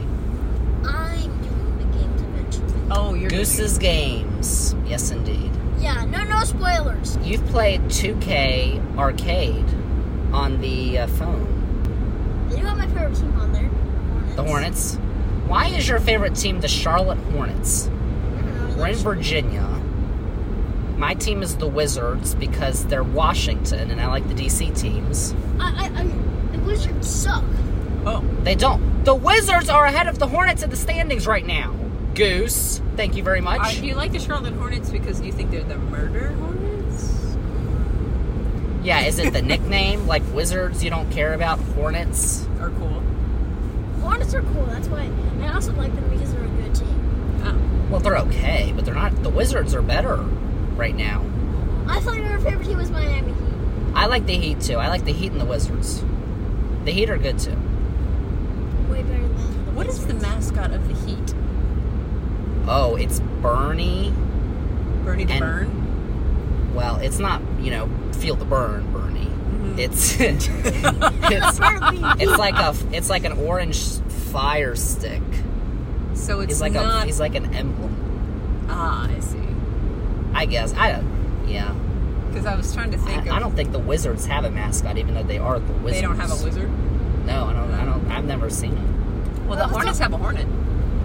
I'm doing the games eventually. Oh, you're Goose's games. Yes, indeed. Yeah, no, no spoilers. You've played 2K Arcade on the uh, phone. They do have my favorite team on there. Hornets. The Hornets. Why is your favorite team the Charlotte Hornets? I don't know, We're like- in Virginia. My team is the Wizards because they're Washington, and I like the DC teams. I, I, I, the Wizards suck. Oh, They don't. The Wizards are ahead of the Hornets in the standings right now. Goose, thank you very much. I, do you like the Charlotte Hornets because do you think they're the murder hornets? yeah, is it the nickname? Like Wizards, you don't care about Hornets? Are cool. Hornets are cool. That's why I also like them because they're a good team. Oh, Well, they're okay, but they're not. The Wizards are better right now. I thought your favorite team was Miami Heat. I like the Heat too. I like the Heat and the Wizards. The Heat are good too. Way better than the what is the Wizards. mascot of the Heat? Oh, it's Bernie. Bernie the And- Burn. Well, it's not you know feel the burn, Bernie. Mm-hmm. It's it's it's like a it's like an orange fire stick. So it's He's like not. a he's like an emblem. ah, I see. I guess I don't. Yeah, Because I was trying to think. of, I, I don't think the Wizards have a mascot, even though they are the Wizards. They don't have a wizard. No, I don't. I don't. I've never seen it. Well, Well, the it's Hornets have a hornet.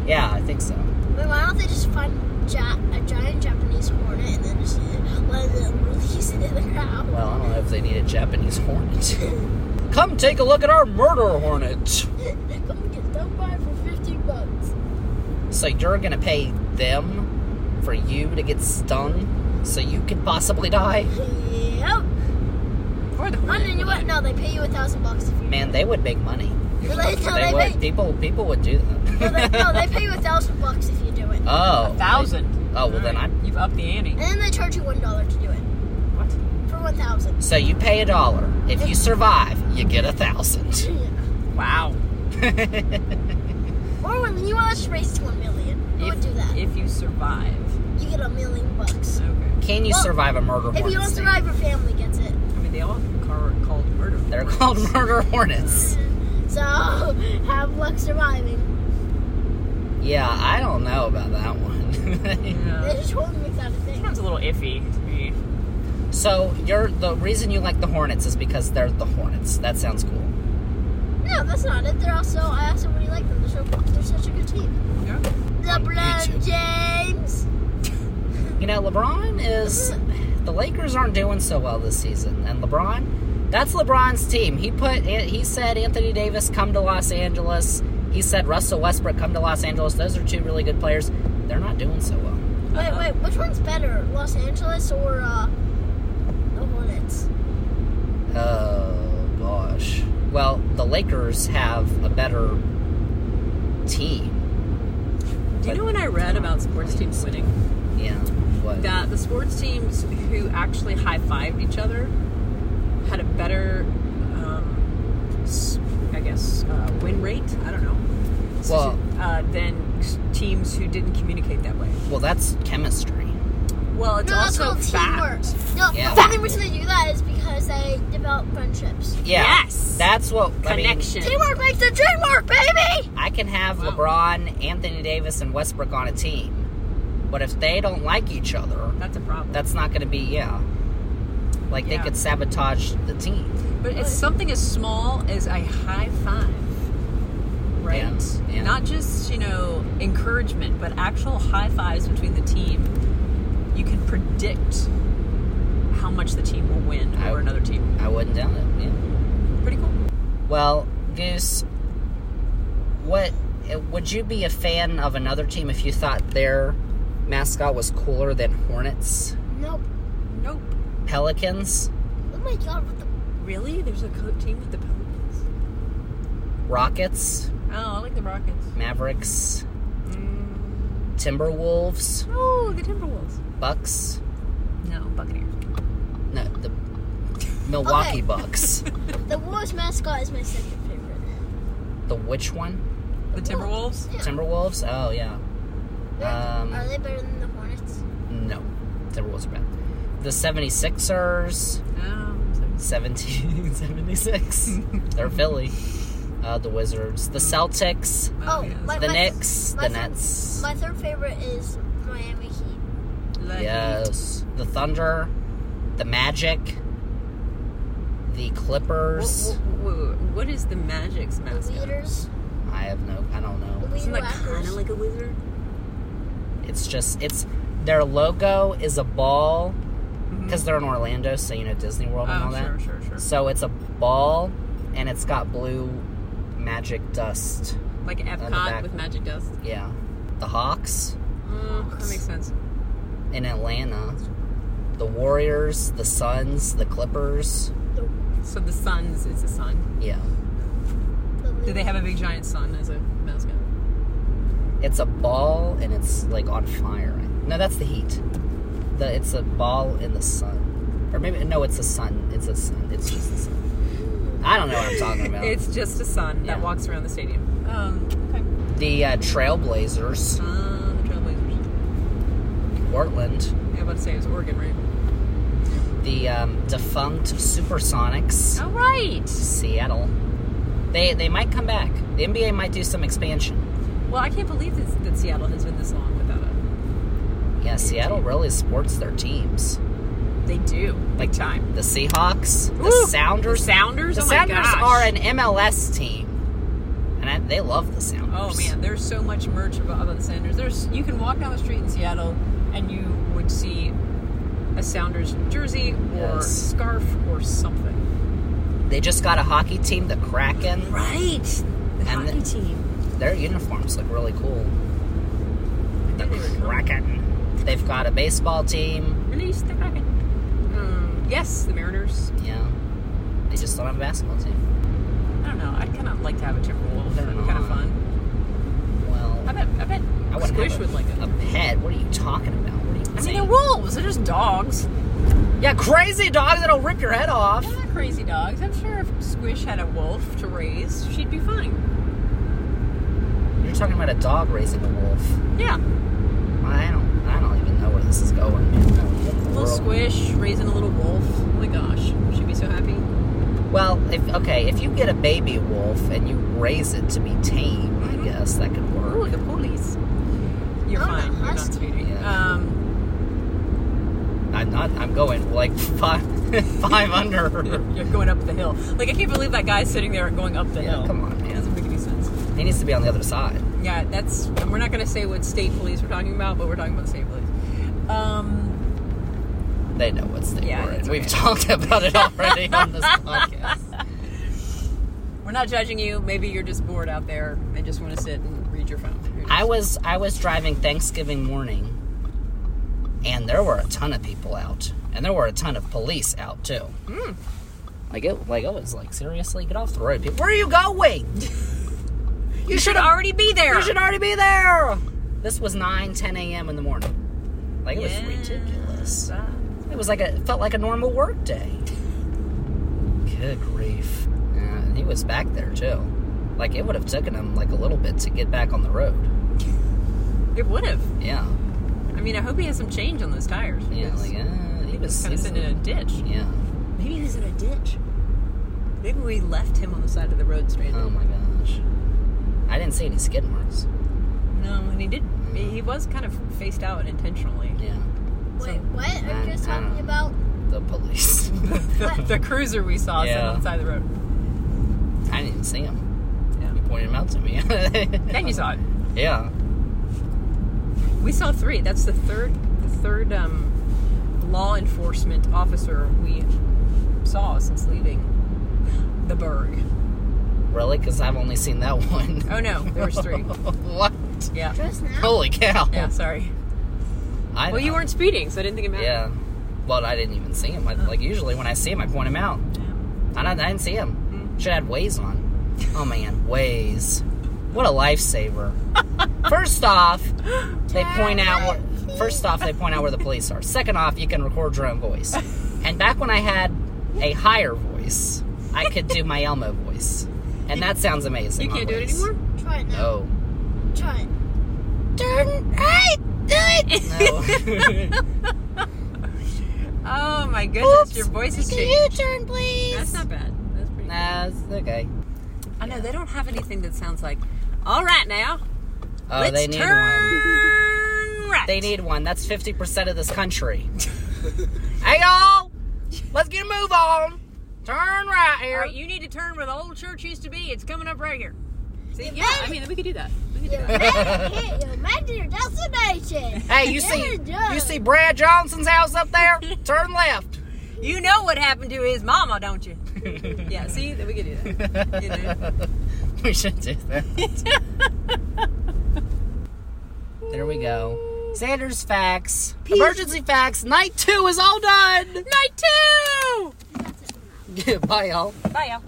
Yeah, I think so. Wait, why don't they just find ja- a giant Japanese hornet and then just uh, let it release it in the crowd? Well, I don't know if they need a Japanese hornet. Come take a look at our murder hornet. Come get them by for 15 bucks. So you're gonna pay them for you to get stung, so you could possibly die. Yep. Or the I hornet. mean, you what? No, they pay you a thousand bucks if you. Man, they would make money. No, they, no, They they would. pay, People, people would do no, they, no, that. they pay you a thousand bucks if you do it. Oh, A thousand. Oh, well, then Alright, You've upped the ante. And then they charge you one dollar to do it. What? For one thousand. So you pay a dollar. If you survive, you get a thousand. Yeah. Wow. Or when you want us to raise it to a million. I would if, do that. If you survive. you get a million bucks. Okay. Can you Well, survive a murder hornet? If you don't sting? survive, your family gets it. I mean, they all are called murder. they're hornets. called murder hornets. So have luck surviving. Yeah, I don't know about that one. They Yeah. just won't make that a thing. Sounds a little iffy to me. so you're the reason you like the hornets is because they're the hornets. That sounds cool. No, that's not it. They're also I also really like them. They're so they're such a good team. Yeah. LeBron James. You know, LeBron is. The Lakers aren't doing so well this season, and LeBron, that's LeBron's team. He put. He said Anthony Davis come to Los Angeles. He said Russell Westbrook come to Los Angeles. Those are two really good players. They're not doing so well. Wait, wait, which one's better, Los Angeles or uh, the Hornets? Oh gosh. Well, the Lakers have a better team. Do you know when I read about sports teams winning? Yeah. What? That the sports teams who actually high fived each other had a better, um, s- I guess, uh, win rate. I don't know. So- Well- uh, than s- teams who didn't communicate that way. well, that's chemistry. Well, it's no, that's also called fact. teamwork. No, Yeah. the only reason they do that is because because they develop friendships. Yeah. Yes. That's what I mean, Connection. Teamwork makes the dream work, baby! I can have Wow. LeBron, Anthony Davis, and Westbrook on a team, but if they don't like each other, That's a problem. that's not going to be yeah. Like they Yeah. could sabotage the team. but it's something as small as a high five, right? Yeah, yeah. Not just you know encouragement, but actual high fives between the team. You can predict how much the team will win I- over another team. I wouldn't doubt it. Yeah. Pretty cool. Well, Goose, what uh, would you be a fan of another team if you thought their mascot was cooler than Hornets, Nope. Nope. Pelicans, Oh my god, what the. Really? There's a co- team with the Pelicans. Rockets, Oh, I like the Rockets. Mavericks, Mm. Timberwolves, Oh, the Timberwolves. Bucks? No, Buccaneers. No, the Milwaukee Okay. Bucks. The Wolves mascot is my second favorite. The which one? The Timberwolves? Yeah. Timberwolves? Oh yeah. Um, Are they better than the Hornets? No. Timberwolves are bad. The 76ers, Oh, 1776. They're Philly. Uh, the Wizards, the Celtics, Oh, my- the my- Knicks, my the third- Nets. My third favorite is Miami Heat. Yes. The Thunder, the Magic, the Clippers. what is the Magic's The mascot? Leaders. I have no I don't The know. Leader Isn't that kind Whackers. of like a wizard? It's just it's their logo is a ball because they're in Orlando, so you know Disney World and all that. Mm-hmm. Oh, sure, sure, sure. So it's a ball, and it's got blue magic dust. Like back. Epcot with magic dust. Yeah, the Hawks Mm, that makes sense. in Atlanta, the Warriors, the Suns, the Clippers. So the Suns is a sun. Yeah, The Do they Leaders. have a big giant sun as a mascot? it's a ball, and it's like on fire. No, that's the Heat. The it's a ball in the sun, or maybe no, it's the sun. It's a sun. It's just the sun. I don't know what I'm talking about. It's just a sun Yeah. that walks around the stadium. Um, okay. the uh, Trailblazers, Uh, the Trailblazers. Portland, I was about to say it was Oregon, right? the um, defunct Supersonics. All Oh, right. Seattle. They they might come back. The NBA might do some expansion. Well, I can't believe this, that Seattle has been this long without a. Yeah, Seattle really sports their teams. They do. Big time. The Seahawks, the Ooh, Sounders. the Sounders? The Oh my Sounders gosh. are an MLS team, and I, they love the Oh Sounders. man, there's so much merch about, about the Sounders. There's you can walk down the street in Seattle and you would see a Sounders jersey or Yes. scarf or something. They just got a hockey team, the Kraken. Right. The And the- hockey team. Their uniforms look really cool. The They were cool. Kraken. They've got a baseball team. Release the Kraken. Um, yes, the Mariners. Yeah. They just don't have a basketball team. I don't know. I'd kind of like to have a Timberwolf. They're That'd be kind not. of fun. Well, I bet. I bet. I wouldn't Squish have a, would like it. a pet. What are you talking about? What are you I mean, saying? they're wolves. They're just dogs. Yeah, crazy dogs that'll rip your head off. They're not crazy dogs. I'm sure if Squish had a wolf to raise, she'd be fine. You're talking about a dog raising a wolf. Yeah. I don't. I don't even know where this is going. Little World. squish raising a little wolf. Oh my gosh, she'd be so happy. Well, if okay, if you get a baby wolf and you raise it to be tame, I guess that could Ooh, work. the police. You're Oh, fine. the You're not husky. speeding. Yeah. Um, I'm not. I'm going like five, five under. you're going up the hill. Like I can't believe that guy's sitting there going up the Yeah, hill. come on, It man. doesn't make any sense. He needs to be on the other side. Yeah, that's. And we're not going to say what state police we're talking about, but we're talking about the state police. Um, They know what's the Yeah, word. it's We've okay. talked about it already on this podcast. we're not judging you. Maybe you're just bored out there and just want to sit and read your phone. You're I just- was I was driving Thanksgiving morning, and there were a ton of people out, and there were a ton of police out too. Like it, like I was like, seriously, get off the road, people. Where are you going? you should already be there. You should already be there. This was 9, 10 a.m. in the morning. Like it was ridiculous. Yeah. It was like a it felt like a normal work day. Good grief. Yeah, and he was back there too. Like it would have taken him like a little bit to get back on the road. It would have. Yeah. I mean, I hope he has some change on those tires. Yeah, because like uh, he was kind of he's- sitting in a ditch. Yeah, Maybe he was in a ditch. Maybe we left him on the side of the road stranded. Oh my gosh. I didn't see any skid marks. Um, No, and he did. He was kind of faced out intentionally. Yeah. Wait, what are I- you guys I don't- talking about? The police. the, the cruiser we saw sitting Yeah. on the side of the road. I didn't even see him. Yeah. You pointed him out to me. Then you saw it. Yeah. We saw three. That's the third. The third um, law enforcement officer we saw since leaving the Berg. Really? Because I've only seen that one. Oh no, there was three. what? Yeah. Just now? Oh. Holy cow. Yeah. Sorry. I Well, you weren't Oh. speeding, so I didn't think it mattered. Yeah. But I didn't even see him. I, like, usually when I see him, I point him out. And I, I didn't see him. Hmm. Should have had Waze on. Oh man, Waze. What a lifesaver. First off, they point out. Where, first off, they point out where the police are. Second off, you can record your own voice. And back when I had a higher voice, I could do my Elmo voice, and that sounds amazing. Oh. You on can't do it Waze. anymore. Try it Oh. now. No. Try it. Turn right. Do it. No. Oh my goodness, Oops. your voice is Can changed. you turn, please? That's not bad. That's pretty. Good. nah, it's okay. I know they don't have anything that sounds like. All right now, Oh, let's they need one. turn right. They need one. That's 50% of this country. hey, y'all. Let's get a move on. Turn right here. All right, you need to turn where the old church used to be. It's coming up right here. See, yeah, I mean, we could do that. We could do Your that. magic hit your magic destination. hey, you Get see it done. you see Brad Johnson's house up there? Turn left. You know what happened to his mama, don't you? yeah, see, we could do that. You know? we should do that. there we go. Sanders facts. Emergency facts. Night two is all done. Night Bye, y'all. two. Bye, y'all.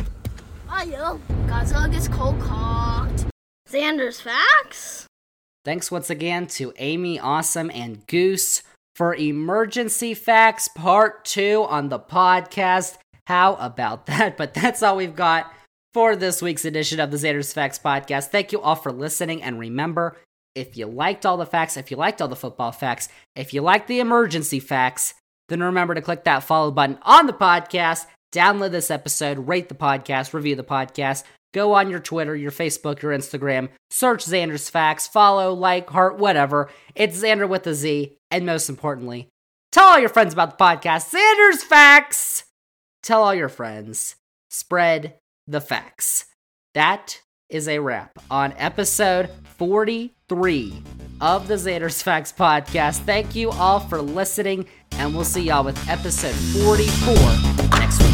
Oh, yo. Godzilla gets cold cocked. Xander's facts? Thanks once again to Amy Awesome and Goose for Emergency Facts Part 2 on the podcast. How about that? But that's all we've got for this week's edition of the Xander's Facts Podcast. Thank you all for listening. And remember, if you liked all the facts, if you liked all the football facts, if you liked the emergency facts, then remember to click that follow button on the podcast, download this episode, rate the podcast, review the podcast, go on your Twitter, your Facebook, your Instagram, search Xander's Facts, follow, like, heart, whatever. It's Xander with a Z. And most importantly, tell all your friends about the podcast, Xander's Facts. Tell all your friends, spread the facts. That is a wrap on episode 43 of the Xander's Facts podcast. Thank you all for listening, and we'll see y'all with episode 44 next week.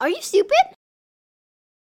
Are you stupid?